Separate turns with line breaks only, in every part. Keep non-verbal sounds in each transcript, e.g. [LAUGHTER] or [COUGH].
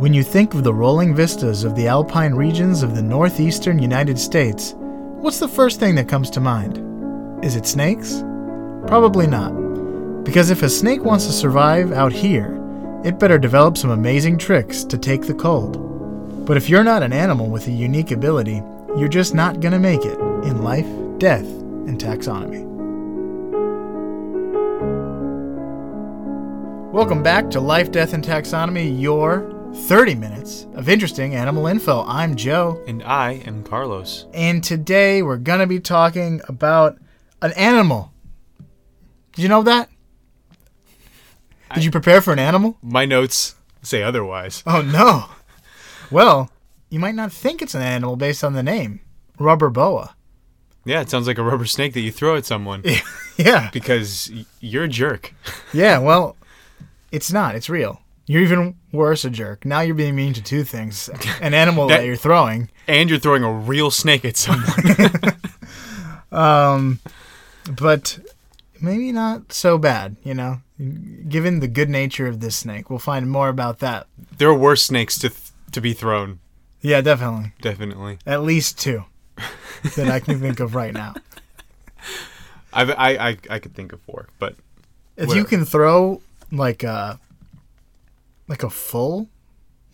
When you think of the rolling vistas of the alpine regions of the northeastern United States, what's the first thing that comes to mind? Is it snakes? Probably not. Because if a snake wants to survive out here, it better develop some amazing tricks to take the cold. But if you're not an animal with a unique ability, you're just not going to make it in life, death, and taxonomy. Welcome back to Life, Death, and Taxonomy, your 30 minutes of interesting animal info. I'm Joe,
And I am Carlos.
and today we're going to be talking about an animal. Did you know that? Did you prepare for an animal?
My notes say otherwise.
Oh no. Well, you might not think it's an animal based on the name. Rubber boa.
Yeah, it sounds like a rubber snake that you throw at someone
yeah.
because y- you're a jerk.
Yeah, well, it's not. It's real. You're even worse a jerk. Now you're being mean to two things. An animal that,
That-
you're throwing.
And you're throwing a real snake at someone.
But maybe not so bad, you know? Given the good nature of this snake. We'll find more about that.
[LAUGHS] there are worse snakes to th- to be thrown,
Yeah, definitely.
definitely.
At least two that I can think of right
[LAUGHS]
now.
I've, I I I could think of four, but
if you
Whatever.
can throw like a like a full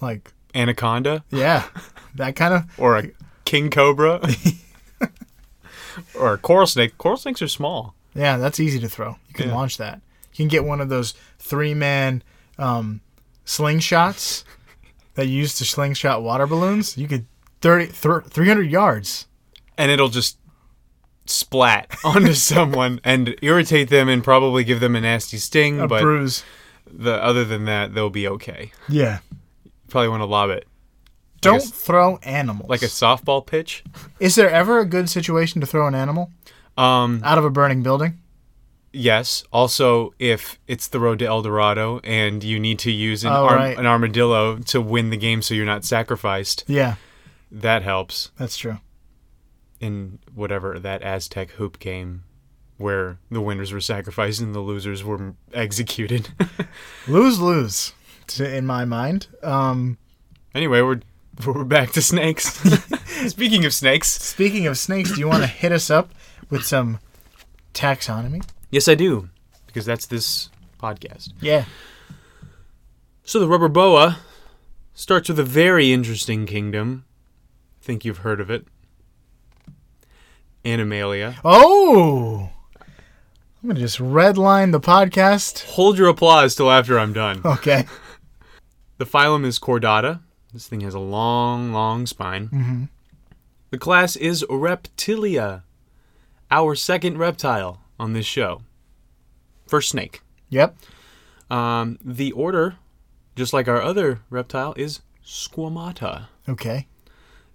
like
anaconda
yeah that kind of
or a king cobra [LAUGHS] or a coral snake. Coral snakes are small.
yeah that's easy to throw you can
Yeah.
launch that you can get one of those three man um slingshots that you use to slingshot water balloons you could 30 thr 300 yards
and it'll just splat [LAUGHS] onto someone and irritate them and probably give them a nasty sting.
a
but
bruise
the other than that, they'll be okay.
yeah
Probably want to lob it
don't
s-
throw animals
like a softball pitch.
is there ever a good situation to throw an animal
Um,
out of a burning building
yes. Also, if it's the road to El Dorado and you need to use an,
Oh,
arm-
right.
an armadillo to win the game, so you're not sacrificed,
yeah
that helps
that's true
in whatever that Aztec hoop game. Where the winners were sacrificed and the losers were executed. [LAUGHS]
lose lose t- in my mind um
Anyway, we're we're back to
[LAUGHS]
snakes. [LAUGHS] Speaking of snakes,
Speaking of snakes, do you want to hit us up with some taxonomy?
yes, I do, because that's this podcast.
Yeah.
So the rubber boa starts with a very interesting kingdom. I think you've heard of it, Animalia.
Oh, I'm gonna just redline the podcast.
Hold your applause till after I'm done.
Okay.
The phylum is Chordata. This thing has a long, long spine. The class is Reptilia, our second reptile on this show. First snake.
Yep.
Um, the order, just like our other reptile, is Squamata.
Okay.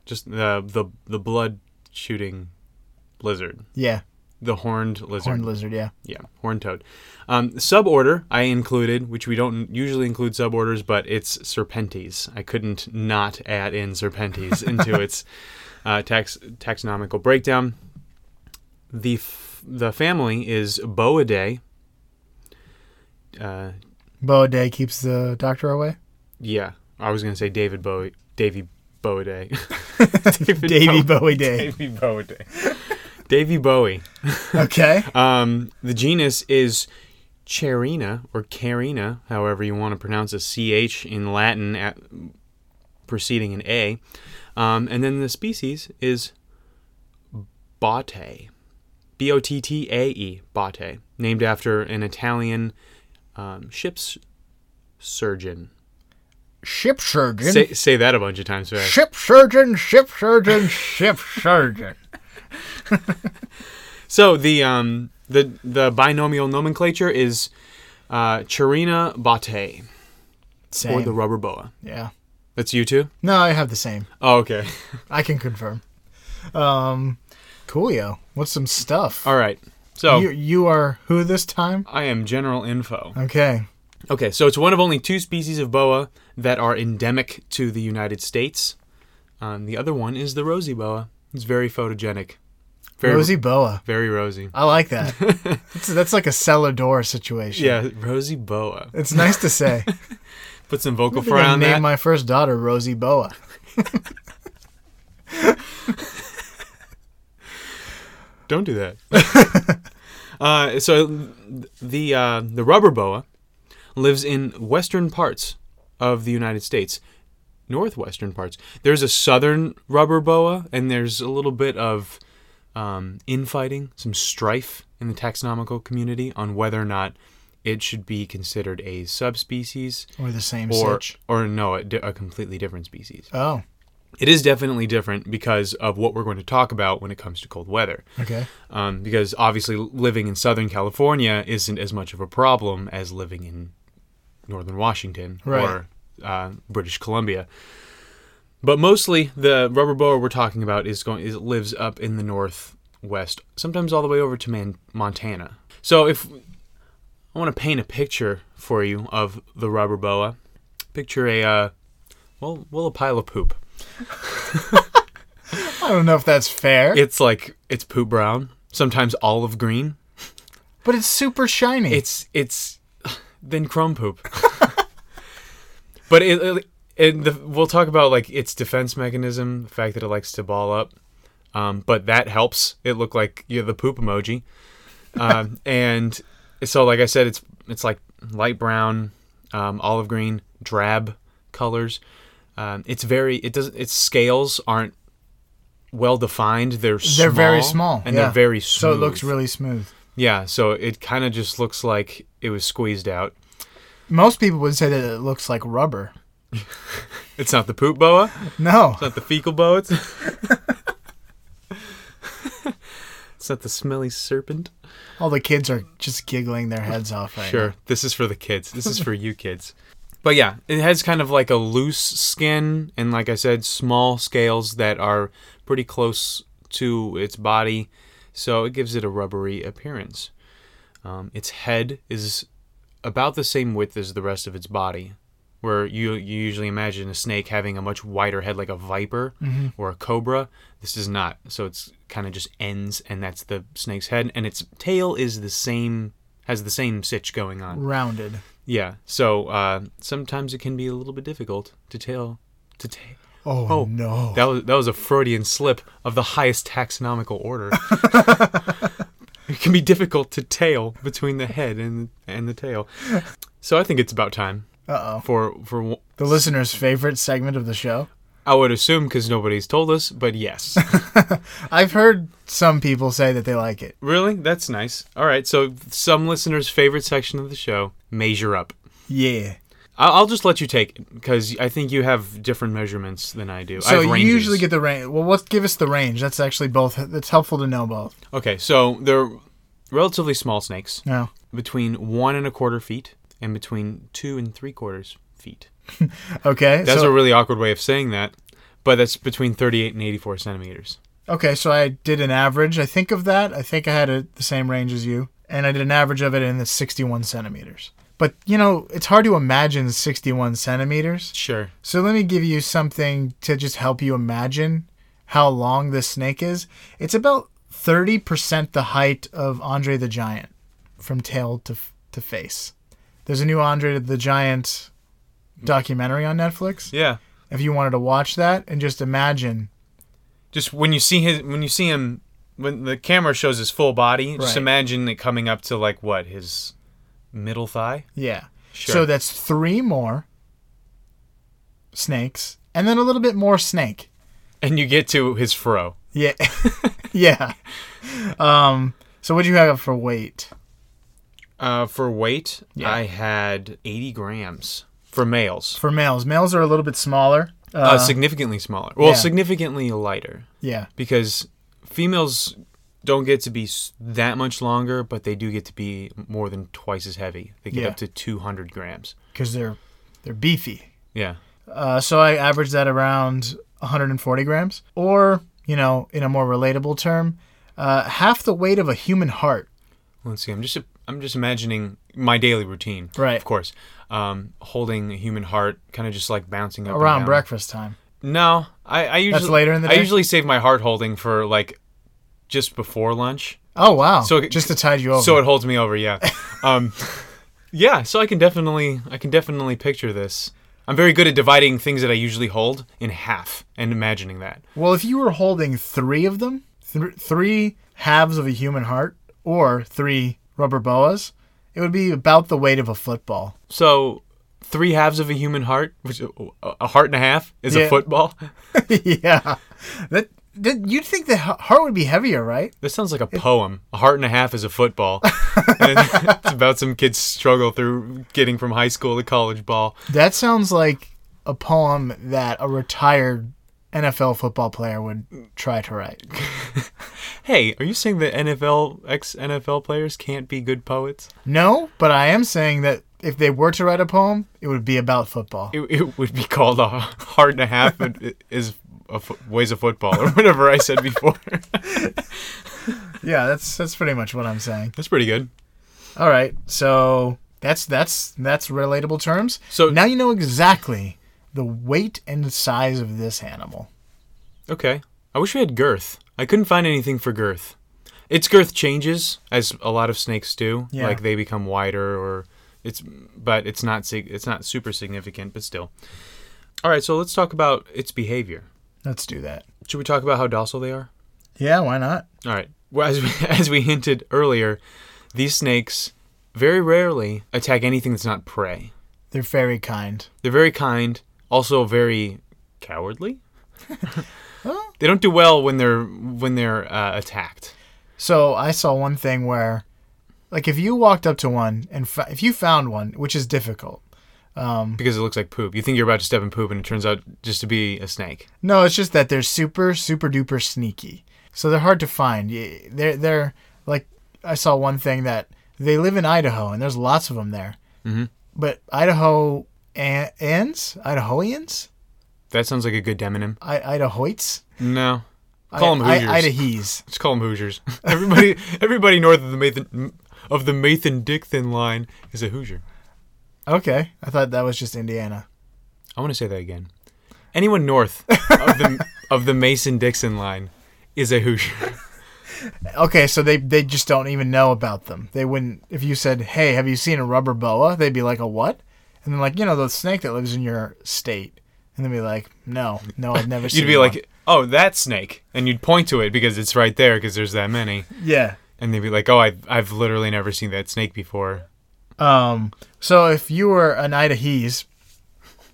Just the the the blood shooting lizard,
Yeah.
the horned lizard.
Horned lizard. Yeah.
yeah, horned toad. Um, suborder I included, which we don't usually include suborders, but it's Serpentes. I couldn't not add in Serpentes into its uh, tax taxonomical breakdown. The f- the family is Boidae. Uh,
Boa day keeps the doctor [LAUGHS] away.
Yeah, I was gonna say David Bowie, Davy [LAUGHS]
[LAUGHS]
Bowie,
Davy
[LAUGHS]
Bowie day.
Davy Bowie, Davy Bowie.
Okay.
Um, the genus is Charina or Carina, however you want to pronounce a ch in Latin, at, preceding an a, um, and then the species is Botte, B O T T A E, Botte, named after an Italian um, ship's surgeon.
Ship surgeon.
Say, say that a bunch of times fast.
ship surgeon. Ship surgeon. ship surgeon.
So the um the the binomial nomenclature is uh Charina Bate or
Same.
the rubber boa.
yeah.
That's you two?
No, I have the same.
Oh, okay. [LAUGHS]
I can confirm. Um, coolio. What's some stuff?
All right. So
You you are who this time?
I am general info.
Okay.
Okay, so it's one of only two species of boa that are endemic to the United States. Um, the other one is the rosy boa. It's very photogenic. Very
Rosie Boa.
very rosy.
I like
[LAUGHS]
that. that's, that's like a cellar door situation.
Yeah, rosy boa. [LAUGHS]
It's nice to say.
Put some vocal
I think
fry
I
on
named
that.
my first daughter Rosie Boa.
Don't do that. uh, so the uh, the rubber boa lives in western parts of the United States, northwestern parts. There's a southern rubber boa, and there's a little bit of um, infighting, some strife in the taxonomical community on whether or not it should be considered a subspecies
We're the same
or
sitch.
or no, a, di- a completely different species.
Oh,
It is definitely different because of what we're going to talk about when it comes to cold weather
okay.
um, because obviously living in Southern California isn't as much of a problem as living in Northern Washington
Right.
or uh, British Columbia. But mostly, the rubber boa we're talking about is going is lives up in the northwest, sometimes all the way over to Man- Montana. So if I want to paint a picture for you of the rubber boa, picture a uh, well, well, a pile of poop.
I don't know if that's fair,
It's like it's poop brown, sometimes olive green.
but it's super shiny.
It's it's then crumb poop. [LAUGHS] but it, it, and the, we'll talk about like its defense mechanism, the fact that it likes to ball up. Um, but that helps it look like you're the poop emoji.
[LAUGHS]
Um, and so, like I said, it's it's like light brown, um, olive green, drab colors. Um, it's very it doesn't its scales aren't well defined. They're
they're very small
and
yeah.
they're very
So
smooth.
it looks really smooth.
Yeah, so it kind of just looks like it was squeezed out.
Most people would say that it looks like rubber.
It's not the poop boa,
No,
it's not the fecal boa. It's, [LAUGHS] it's not the smelly serpent.
all the kids are just giggling their heads off right
Sure, this is for the kids. This is for you kids. But yeah, it has kind of like a loose skin and like I said, small scales that are pretty close to its body, so it gives it a rubbery appearance. Um, its head is about the same width as the rest of its body, where you you usually imagine a snake having a much wider head, like a viper or a cobra. This is not, so it's kind of just ends, and that's the snake's head, and its tail is the same, has the same sitch going on.
now. Rounded.
Yeah, so uh, sometimes it can be a little bit difficult to tell to ta-
Oh,
Oh,
no.
that was that was a Freudian slip of the highest taxonomical
[LAUGHS]
order. it can be difficult to tail between the head and and the tail. So I think it's about time
Uh oh.
for for
The listener's favorite segment of the show.
I would assume because nobody's told us,
[LAUGHS]
but yes,
I've heard some people say that they like it.
really, that's nice. All right, so some listeners' favorite section of the show, measure up.
Yeah.
I'll, I'll just let you take it because I think you have different measurements than I do. I
So
have
you
ranges.
usually get the range. Well, let's give us the range. That's actually both. That's helpful to know both.
okay. So they're relatively small snakes.
No.
between one and a quarter feet and between two and three quarters feet.
Okay.
That's
so,
a really awkward way of saying that, but that's between 38 and 84 centimeters.
okay. So I did an average. I think of that. I think I had a, the same range as you, and I did an average of it, and it's 61 centimeters. But you know, it's hard to imagine 61 centimeters.
Sure.
So let me give you something to just help you imagine how long this snake is. It's about 30% the height of Andre the Giant from tail to, to face. There's a new Andre the Giant documentary on Netflix.
Yeah.
If you wanted to watch that and just imagine,
Just when you see his, when you see him, when the camera shows his full body, just
Right.
imagine it coming up to like what his middle thigh.
yeah.
Sure.
So that's three more snakes and then a little bit more snake.
and you get to his fro.
Yeah. [LAUGHS] yeah. Um, so what do you have for weight?
Uh, for weight,
Yeah.
I had 80 grams for males.
for males. Males are a little bit smaller. Uh,
Uh, significantly smaller. Well,
yeah.
significantly lighter.
yeah,
because females don't get to be s- that much longer, but they do get to be more than twice as heavy. They get
Yeah.
up to 200 grams.
because they're they're beefy.
Yeah.
Uh, so I average that around 140 grams, or you know, in a more relatable term, uh, half the weight of a human heart.
Let's see. I'm just I'm just imagining my daily routine.
Right.
Of course. Um, holding a human heart, kind of just like bouncing up and
Around
down.
breakfast time,
No, I, I usually
later in the
I
day?
usually save my heart holding for like just before lunch.
oh wow!
So
So
it-
just to tide you over,
So it
[LAUGHS]
holds me over, yeah. um, yeah, so I can definitely I can definitely picture this. I'm very good at dividing things that I usually hold in half and imagining that.
Well, if you were holding three of them, th- three halves of a human heart, or three rubber boas, it would be about the weight of a football. [LAUGHS]
So, three halves of a human heart, which a heart and a half, is
Yeah.
a football. [LAUGHS]
yeah, that, that you'd think the he- heart would be heavier, right?
This sounds like a poem. A heart and a half is a
[LAUGHS]
football. [LAUGHS] it's about some kid's struggle through getting from high school to college ball.
That sounds like a poem that a retired NFL football player would try to write.
Hey, are you saying that NFL ex NFL players can't be good poets?
No, but I am saying that if they were to write a poem, it would be about football.
It, it would be called a heart and a half and is a fo- weighs a football or whatever I said before. [LAUGHS]
Yeah, that's that's pretty much what I'm saying.
That's pretty good.
All right, so that's that's that's relatable terms.
So-
now you know exactly the weight and size of this animal.
Okay. I wish we had girth. I couldn't find anything for girth. Its girth changes as a lot of snakes do.
Yeah.
Like they become wider or it's but it's not sig- it's not super significant, but still. All right, so let's talk about its behavior.
Let's do that.
Should we talk about how docile they are?
Yeah, why not?
All right. Well, as we, [LAUGHS] as we hinted earlier, these snakes very rarely attack anything that's not prey.
They're very kind.
They're very kind, also very
[LAUGHS]
cowardly.
Well-
they don't do well when they're when they're uh, attacked.
So I saw one thing where, like, if you walked up to one and f- if you found one, which is difficult.
because it looks like poop. You think you're about to step in poop, and it turns out just to be a snake.
No, it's just that they're super, super duper sneaky. So they're hard to find. Y- They're they're like I saw one thing that they live in Idaho and there's lots of them there. Mm-hmm. But Idaho an- ans, Idahoans,
That sounds like a good demonym.
I- Idahoites,
No, call them
I-
Hoosiers.
I- Idahees.
Just call them Hoosiers. [LAUGHS] Everybody, everybody north of the Mathan of the Mathan Dixon line is a Hoosier.
Okay, I thought that was just Indiana.
I want to say that again. Anyone north of
[LAUGHS]
the of the Mason Dixon line is a Hoosier.
Okay, so they they just don't even know about them. They wouldn't if you said, "Hey, have you seen a rubber boa?" They'd be like, "A what?" And then like you know the snake that lives in your state, and they'd be like, "No, no, I've never seen."
[LAUGHS] You'd be
one."
like, "Oh, that snake," and you'd point to it because it's right there because there's that many.
"Yeah."
And they'd be like, "Oh, I've I've literally never seen that snake before."
Um, so if you were an Idahese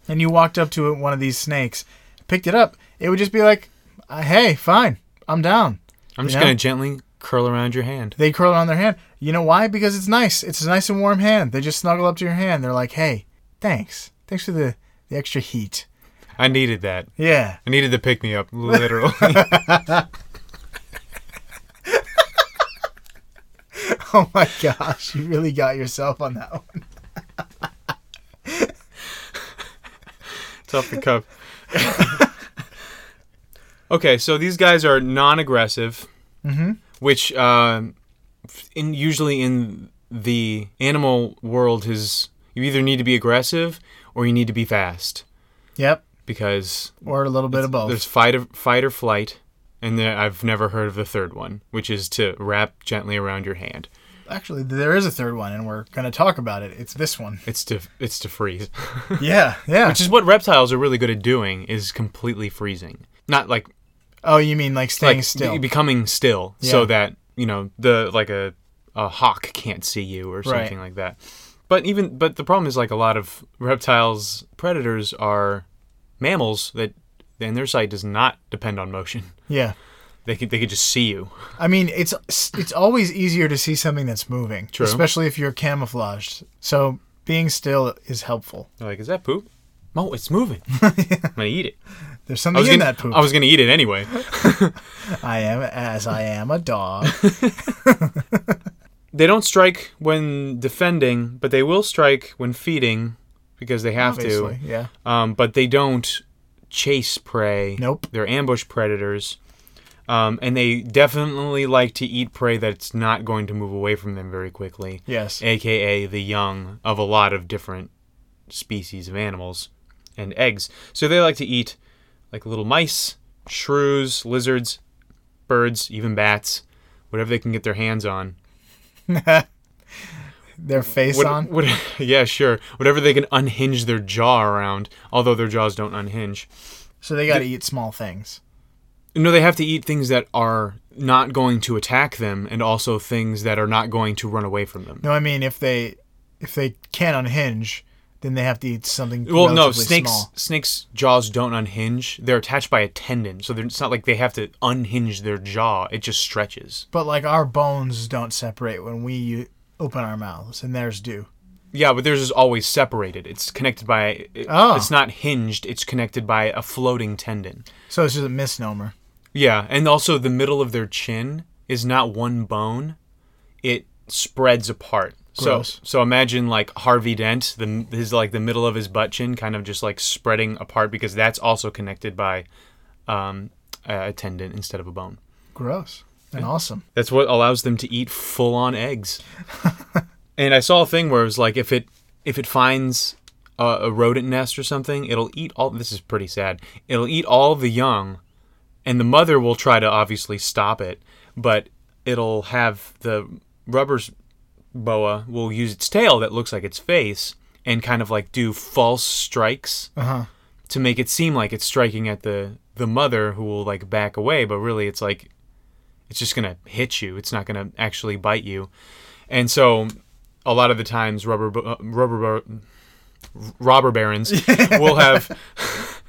and you walked up to one of these snakes, picked it up, it would just be like, uh, "Hey, fine, I'm down."
I'm just
Yeah.
gonna gently curl around your hand.
They curl it on their hand. You know why? Because it's nice. It's a nice and warm hand. They just snuggle up to your hand. They're like, "Hey, thanks, thanks for the the extra heat."
I needed that.
Yeah. [LAUGHS]
I needed to pick me up, [LAUGHS] literally.
Oh my gosh, you really got yourself on that one.
it's off the cuff. [LAUGHS] okay, so these guys are non-aggressive, Mm-hmm. which um, in usually in the animal world is you either need to be aggressive or you need to be fast
Yep.
because
Or a little bit of both.
there's fight or, fight or flight, and then I've never heard of the third one, which is to wrap gently around your hand.
Actually, there is a third one, and we're going to talk about it. It's this one. [LAUGHS]
It's to it's to freeze.
Yeah, yeah.
which is what reptiles are really good at doing is completely freezing not like
oh, you mean like staying
like
still?
be- becoming still so
Yeah.
that you know the like a, a hawk can't see you or something like that but even but the problem is like a lot of reptiles predators are mammals that and their sight does not depend on motion
yeah.
they could they could just see you
I mean, it's it's always easier to see something that's moving,
True.
especially if you're camouflaged. So being still is helpful.
They're like is that poop oh it's
[LAUGHS]
moving i'm gonna eat it
There's
I
something
was,
in
gonna, um,
that poop.
I was gonna eat it anyway
I am as I am a
[LAUGHS]
dog.
they don't strike when defending but they will strike when feeding because they have to
obviously. Yeah.
um, but they don't chase prey.
Nope.
They're ambush predators, um, and they definitely like to eat prey that's not going to move away from them very quickly,
Yes.
aka the young of a lot of different species of animals and eggs. So they like to eat like little mice, shrews, lizards, birds, even bats, whatever they can get their hands on.
their face
What-
on.
what- [LAUGHS] yeah, sure. Whatever they can unhinge their jaw around, although their jaws don't unhinge.
So they got to eat small things.
No, they have to eat things that are not going to attack them, and also things that are not going to run away from them.
No, I mean if they if they can't unhinge, then they have to eat something.
Well, no,
relatively
snakes
Small.
snakes jaws don't unhinge. They're attached by a tendon, so they're, it's not like they have to unhinge their jaw. It just stretches.
But like our bones don't separate when we u- open our mouths, and theirs do.
Yeah, but theirs is always separated. It's connected by. It,
Oh.
It's not hinged. It's connected by a floating tendon.
So it's just a misnomer.
Yeah, and also the middle of their chin is not one bone; it spreads apart.
Gross.
So, so imagine like Harvey Dent, the his like the middle of his butt chin, kind of just like spreading apart because that's also connected by um, a tendon instead of a bone.
Gross and awesome.
That's what allows them to eat full on eggs. and I saw a thing where it was like if it if it finds a, a rodent nest or something, it'll eat all. This is pretty sad. It'll eat all the young, and the mother will try to obviously stop it, but it'll have the rubber's boa will use its tail that looks like its face and kind of like do false strikes
Uh huh.
to make it seem like it's striking at the the mother who will like back away but really it's like it's just gonna hit you it's not gonna actually bite you and so a lot of the times rubber bo- uh, rubber bar- robber barons will have [LAUGHS]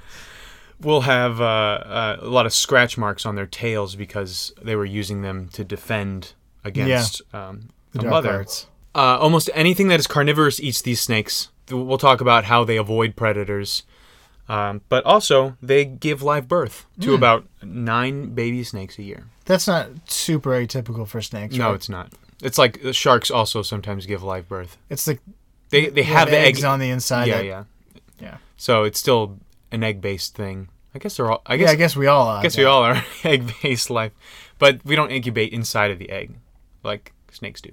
will have uh, uh, a lot of scratch marks on their tails because they were using them to defend against um, the
dark
mother
arts.
uh, almost anything that is carnivorous eats these snakes. Th- We'll talk about how they avoid predators, um, but also they give live birth
Hmm.
to about nine baby snakes a year.
That's not super atypical for snakes.
No,
right?
it's not. It's like uh, sharks also sometimes give live birth.
it's like
They they have the
eggs
egg.
on the inside.
yeah,
that-
yeah.
yeah.
So it's still an egg based thing. I guess they're all. I
Yeah,
guess
I guess we all are.
I guess we all are [LAUGHS] egg based life, but we don't incubate inside of the egg like snakes do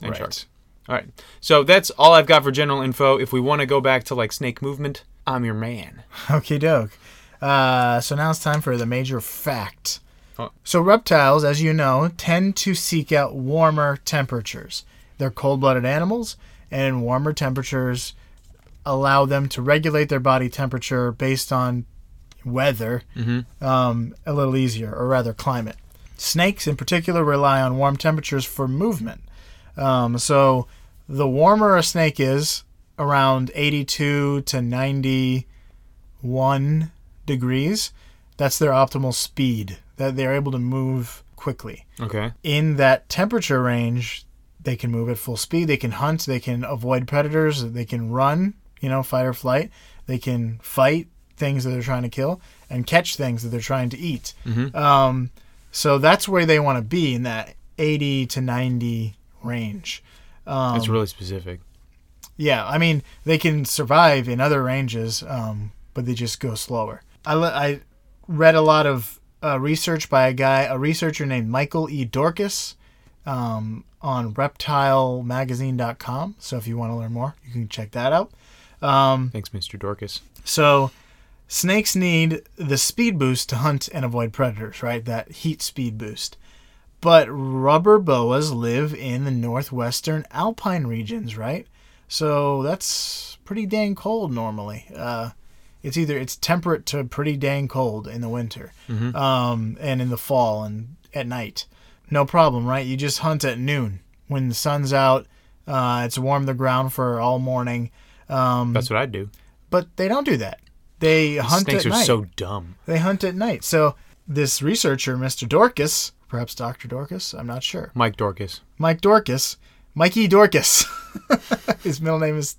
and
Right.
sharks. All right. So that's all I've got for general info. If we want to go back to like snake movement, I'm your man.
[LAUGHS] Okie doke. Uh, so now it's time for the major fact.
Oh.
So reptiles, as you know, tend to seek out warmer temperatures. They're cold-blooded animals, and warmer temperatures allow them to regulate their body temperature based on weather um, a little easier, or rather, climate. Snakes, in particular, rely on warm temperatures for movement. Um, so the warmer a snake is, around 82 to 91 degrees, that's their optimal speed, that they're able to move quickly.
Okay.
In that temperature range, they can move at full speed, they can hunt, they can avoid predators, they can run, you know, fight or flight, they can fight things that they're trying to kill and catch things that they're trying to eat. Um, so that's where they want to be in that 80 to 90 range.
that's
Um,
really specific.
Yeah, I mean they can survive in other ranges, um, but they just go slower. I, le- I read a lot of uh, research by a guy, a researcher named Michael E. Dorcas, um, on ReptileMagazine.com. So if you want to learn more, you can check that out. hmm.
Thanks, Mr. Dorcas.
So snakes need the speed boost to hunt and avoid predators, right? That heat speed boost. But rubber boas live in the northwestern alpine regions, right? So that's pretty dang cold normally. Uh, it's either it's temperate to pretty dang cold in the winter, um, and in the fall and at night. No problem, right? You just hunt at noon when the sun's out. Uh, it's warm the ground for all morning. Um,
That's what I'd do.
but they don't do that. They hunt
Snakes
at
are
night.
so dumb.
they hunt at night. So this researcher, Mr. Dorcas, perhaps Dr. Dorcas, I'm not sure. [LAUGHS]
Mike Dorcas.
Mike Dorcas, Mikey Dorcas. [LAUGHS] His middle name is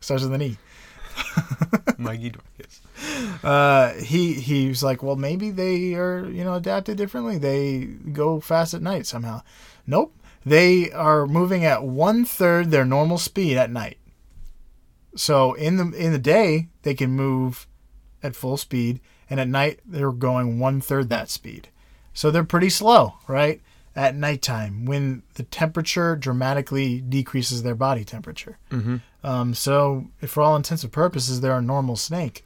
starts with an E.
Mikey Dorcas.
Uh, he he was like, well, maybe they are you know adapted differently. They go fast at night somehow. Nope, they are moving at one third their normal speed at night. So in the in the day they can move at full speed, and at night they're going one third that speed. So they're pretty slow, right? At nighttime, when the temperature dramatically decreases their body temperature. Um, so, for all intents and purposes, they're a normal snake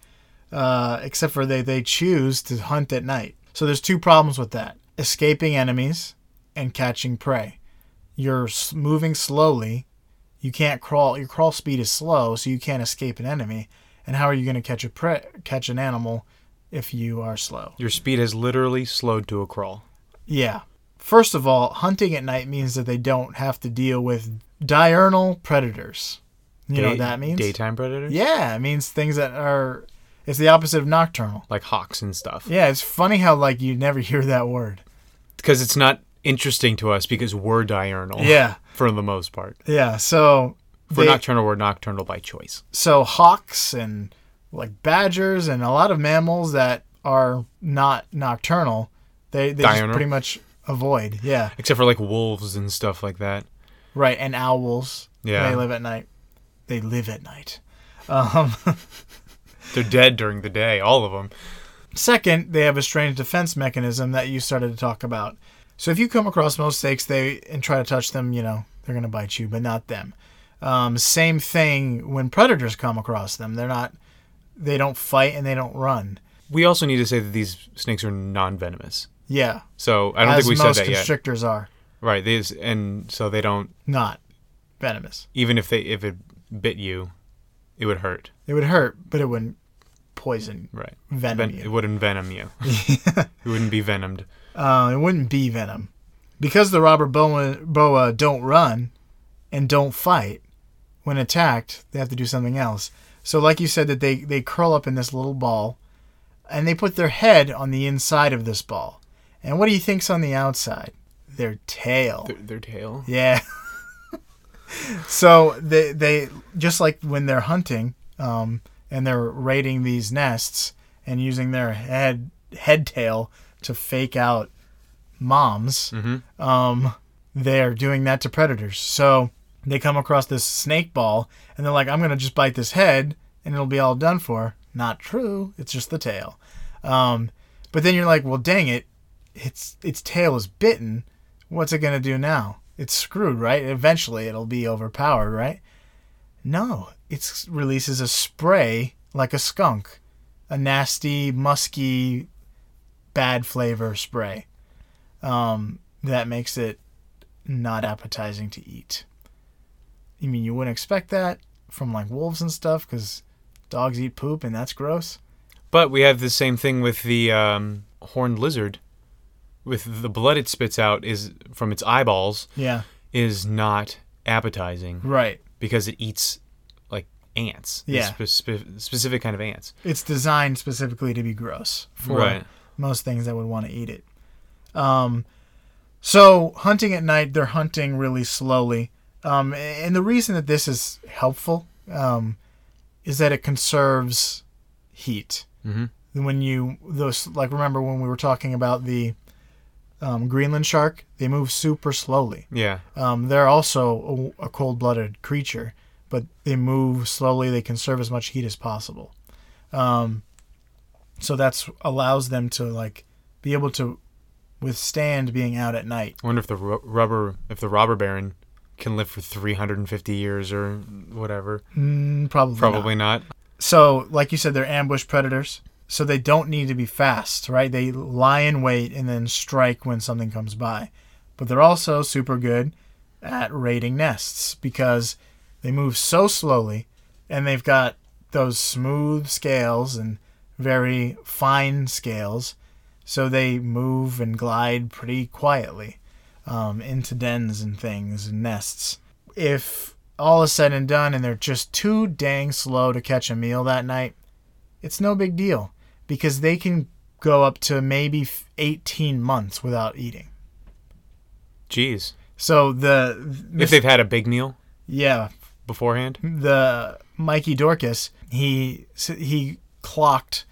uh, except for they, they choose to hunt at night. So there's two problems with that escaping enemies and catching prey. You're s- moving slowly, You can't crawl. Your crawl speed is slow, so you can't escape an enemy. And how are you going to catch a pre- catch an animal if you are slow?
Your speed has literally slowed to a crawl.
Yeah. First of all, hunting at night means that they don't have to deal with diurnal predators. You know
Day-
what that means?
Daytime predators?
Yeah, it means things that are. It's the opposite of nocturnal.
Like hawks and stuff.
Yeah, it's funny how like you never hear that word.
Because it's not interesting to us because we're diurnal.
Yeah.
[LAUGHS] For the most part.
Yeah, so
For
they-
nocturnal, we're nocturnal by choice.
so hawks and like badgers and a lot of mammals that are not nocturnal, they they just
Diurnal.
pretty much avoid. Yeah,
Except for like wolves and stuff like that.
right. And owls,
Yeah.
they live at night. They live at night. Um,
They're dead during the day, all of them.
Second, they have a strange defense mechanism that you started to talk about. So if you come across most snakes, they and try to touch them, you know they're gonna bite you, but not them. Um, same thing when predators come across them; they're not, they don't fight and they don't run.
We also need to say that these snakes are non venomous.
Yeah,
So I don't
as
think we said
most
that yet.
constrictors are
Right. These and so they don't
not venomous.
even if they if it bit you, it would hurt.
It would hurt, but it wouldn't poison
Right.
venom.
Ven-
you.
it wouldn't
[LAUGHS]
venom you. it wouldn't be venomed.
Uh, it wouldn't be venom because the robber boa, boa don't run and don't fight. When attacked, they have to do something else. So, like you said, that they they curl up in this little ball, and they put their head on the inside of this ball. And what do you think's on the outside? Their tail.
Their, their tail.
Yeah. [LAUGHS] so they they just like when they're hunting um, and they're raiding these nests and using their head head tail to fake out moms. Um, they're doing that to predators. So they come across this snake ball and they're like, "I'm gonna just bite this head and it'll be all done for." Not true. It's just the tail. Um, but then you're like, "Well, dang it! Its its tail is bitten." what's it going to do now? It's screwed, right? Eventually it'll be overpowered, right? No, it releases a spray like a skunk, a nasty, musky, bad flavor spray um, that makes it not appetizing to eat. I mean, you wouldn't expect that from like wolves and stuff because dogs eat poop and that's gross.
But we have the same thing with the um, horned lizard. With the blood it spits out is from its eyeballs
Yeah,
is not appetizing
right.
because it eats like ants. these
Yeah.
spe- spe- specific kind of ants.
It's designed specifically to be gross for
Right.
most things that would want to eat it. Um, so hunting at night, they're hunting really slowly. Um, and the reason that this is helpful um, is that it conserves heat. Mm-hmm. When you those like remember when we were talking about the um, Greenland shark, they move super slowly.
Yeah.
Um, they're also a, a cold-blooded creature, but they move slowly. They conserve as much heat as possible, um, so that's allows them to like be able to withstand being out at night.
I wonder if the ru- rubber, if the robber baron can live for 350 years or whatever.
Mm, probably, not.
Probably not.
So, like you said, they're ambush predators, so they don't need to be fast, right? They lie in wait and then strike when something comes by. But they're also super good at raiding nests because they move so slowly and they've got those smooth scales and very fine scales, so they move and glide pretty quietly um, into dens and things and nests. If all is said and done and they're just too dang slow to catch a meal that night, it's no big deal because they can go up to maybe f- 18 months without eating.
Jeez.
So the
If they've had a big meal
yeah,
beforehand.
the Mikey Dorcas, he he clocked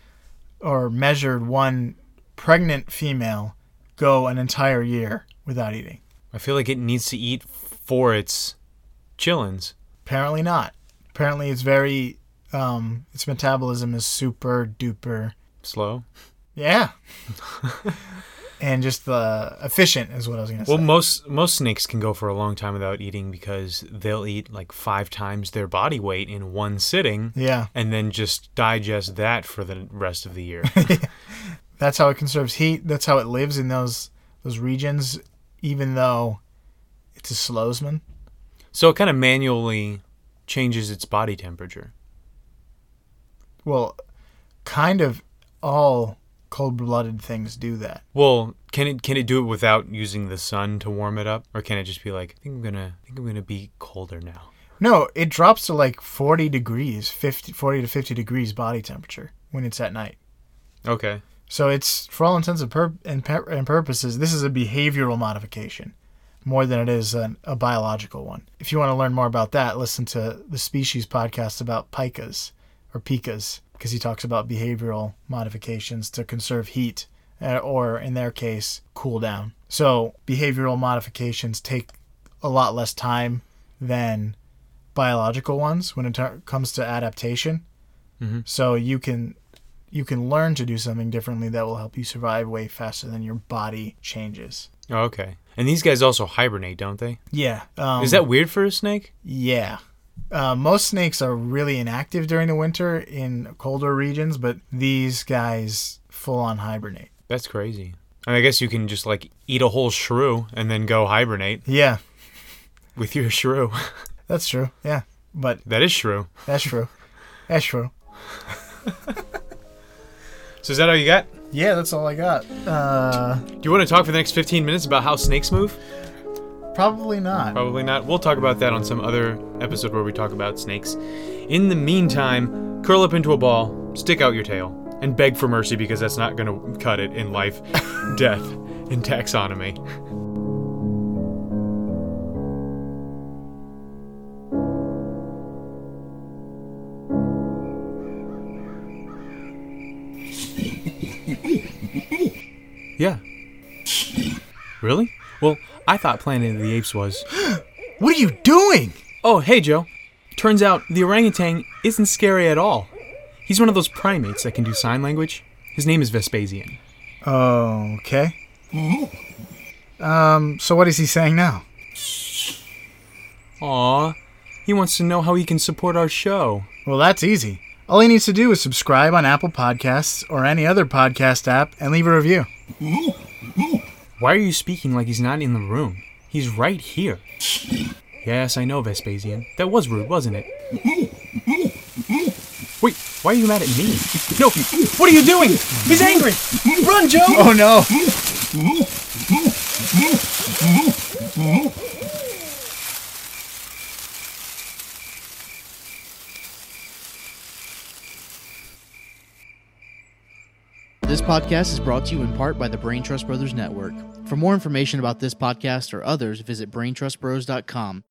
or measured one pregnant female go an entire year without eating.
I feel like it needs to eat for its chillins.
Apparently not. Apparently it's very um, its metabolism is super duper
Slow.
Yeah. [LAUGHS] and just the efficient is what I was going to
Well,
say.
most most snakes can go for a long time without eating because they'll eat like five times their body weight in one sitting,
Yeah.
and then just digest that for the rest of the year.
That's how it conserves heat. That's how it lives in those those regions even though it's a slowsman.
So it kind of manually changes its body temperature.
Well, kind of all cold-blooded things do that.
Well, can it can it do it without using the sun to warm it up, or can it just be like I think I'm gonna I think I'm gonna be colder now?
No, it drops to like 40 degrees, 50, 40 to 50 degrees body temperature when it's at night.
Okay.
So it's, for all intents and, pur- and, pur- and purposes, this is a behavioral modification more than it is an, a biological one. If you want to learn more about that, listen to the Species podcast about pikas or pikas because he talks about behavioral modifications to conserve heat uh, or, in their case, cool down. So behavioral modifications take a lot less time than biological ones when it tar- comes to adaptation.
Mhm.
So you can you can learn to do something differently that will help you survive way faster than your body changes.
Oh, okay. And these guys also hibernate, don't they?
Yeah. Um,
Is that weird for a snake?
Yeah. Uh, most snakes are really inactive during the winter in colder regions, but these guys full on hibernate.
That's crazy. I, mean, I guess you can just like eat a whole shrew and then go hibernate
Yeah,
with your [LAUGHS] shrew.
that's true. Yeah, but
that is shrew.
that's true. That's true.
So is that all you got?
Yeah, that's all I got. Uh,
Do you want to talk for the next 15 minutes about how snakes move?
probably not.
Probably not. We'll talk about that on some other episode where we talk about snakes. In the meantime, curl up into a ball, stick out your tail, and beg for mercy because that's not going to cut it in life, death, and taxonomy. Yeah. Really? Well, I thought Planet of the Apes was.
What are you doing?
Oh, hey, Joe. Turns out the orangutan isn't scary at all. He's one of those primates that can do sign language. His name is Vespasian.
Okay. Um. So what is he saying now?
Aw, he wants to know how he can support our show.
Well, that's easy. All he needs to do is subscribe on Apple Podcasts or any other podcast app and leave a review.
Why are you speaking like he's not in the room? He's right here. Yes, I know, Vespasian. That was rude, wasn't it? Wait, why are you mad at me? No, what are you doing? He's angry! Run, Joe!
Oh no!
This podcast is brought to you in part by the Brain Trust Brothers Network. For more information about this podcast or others, visit braintrustbros.com.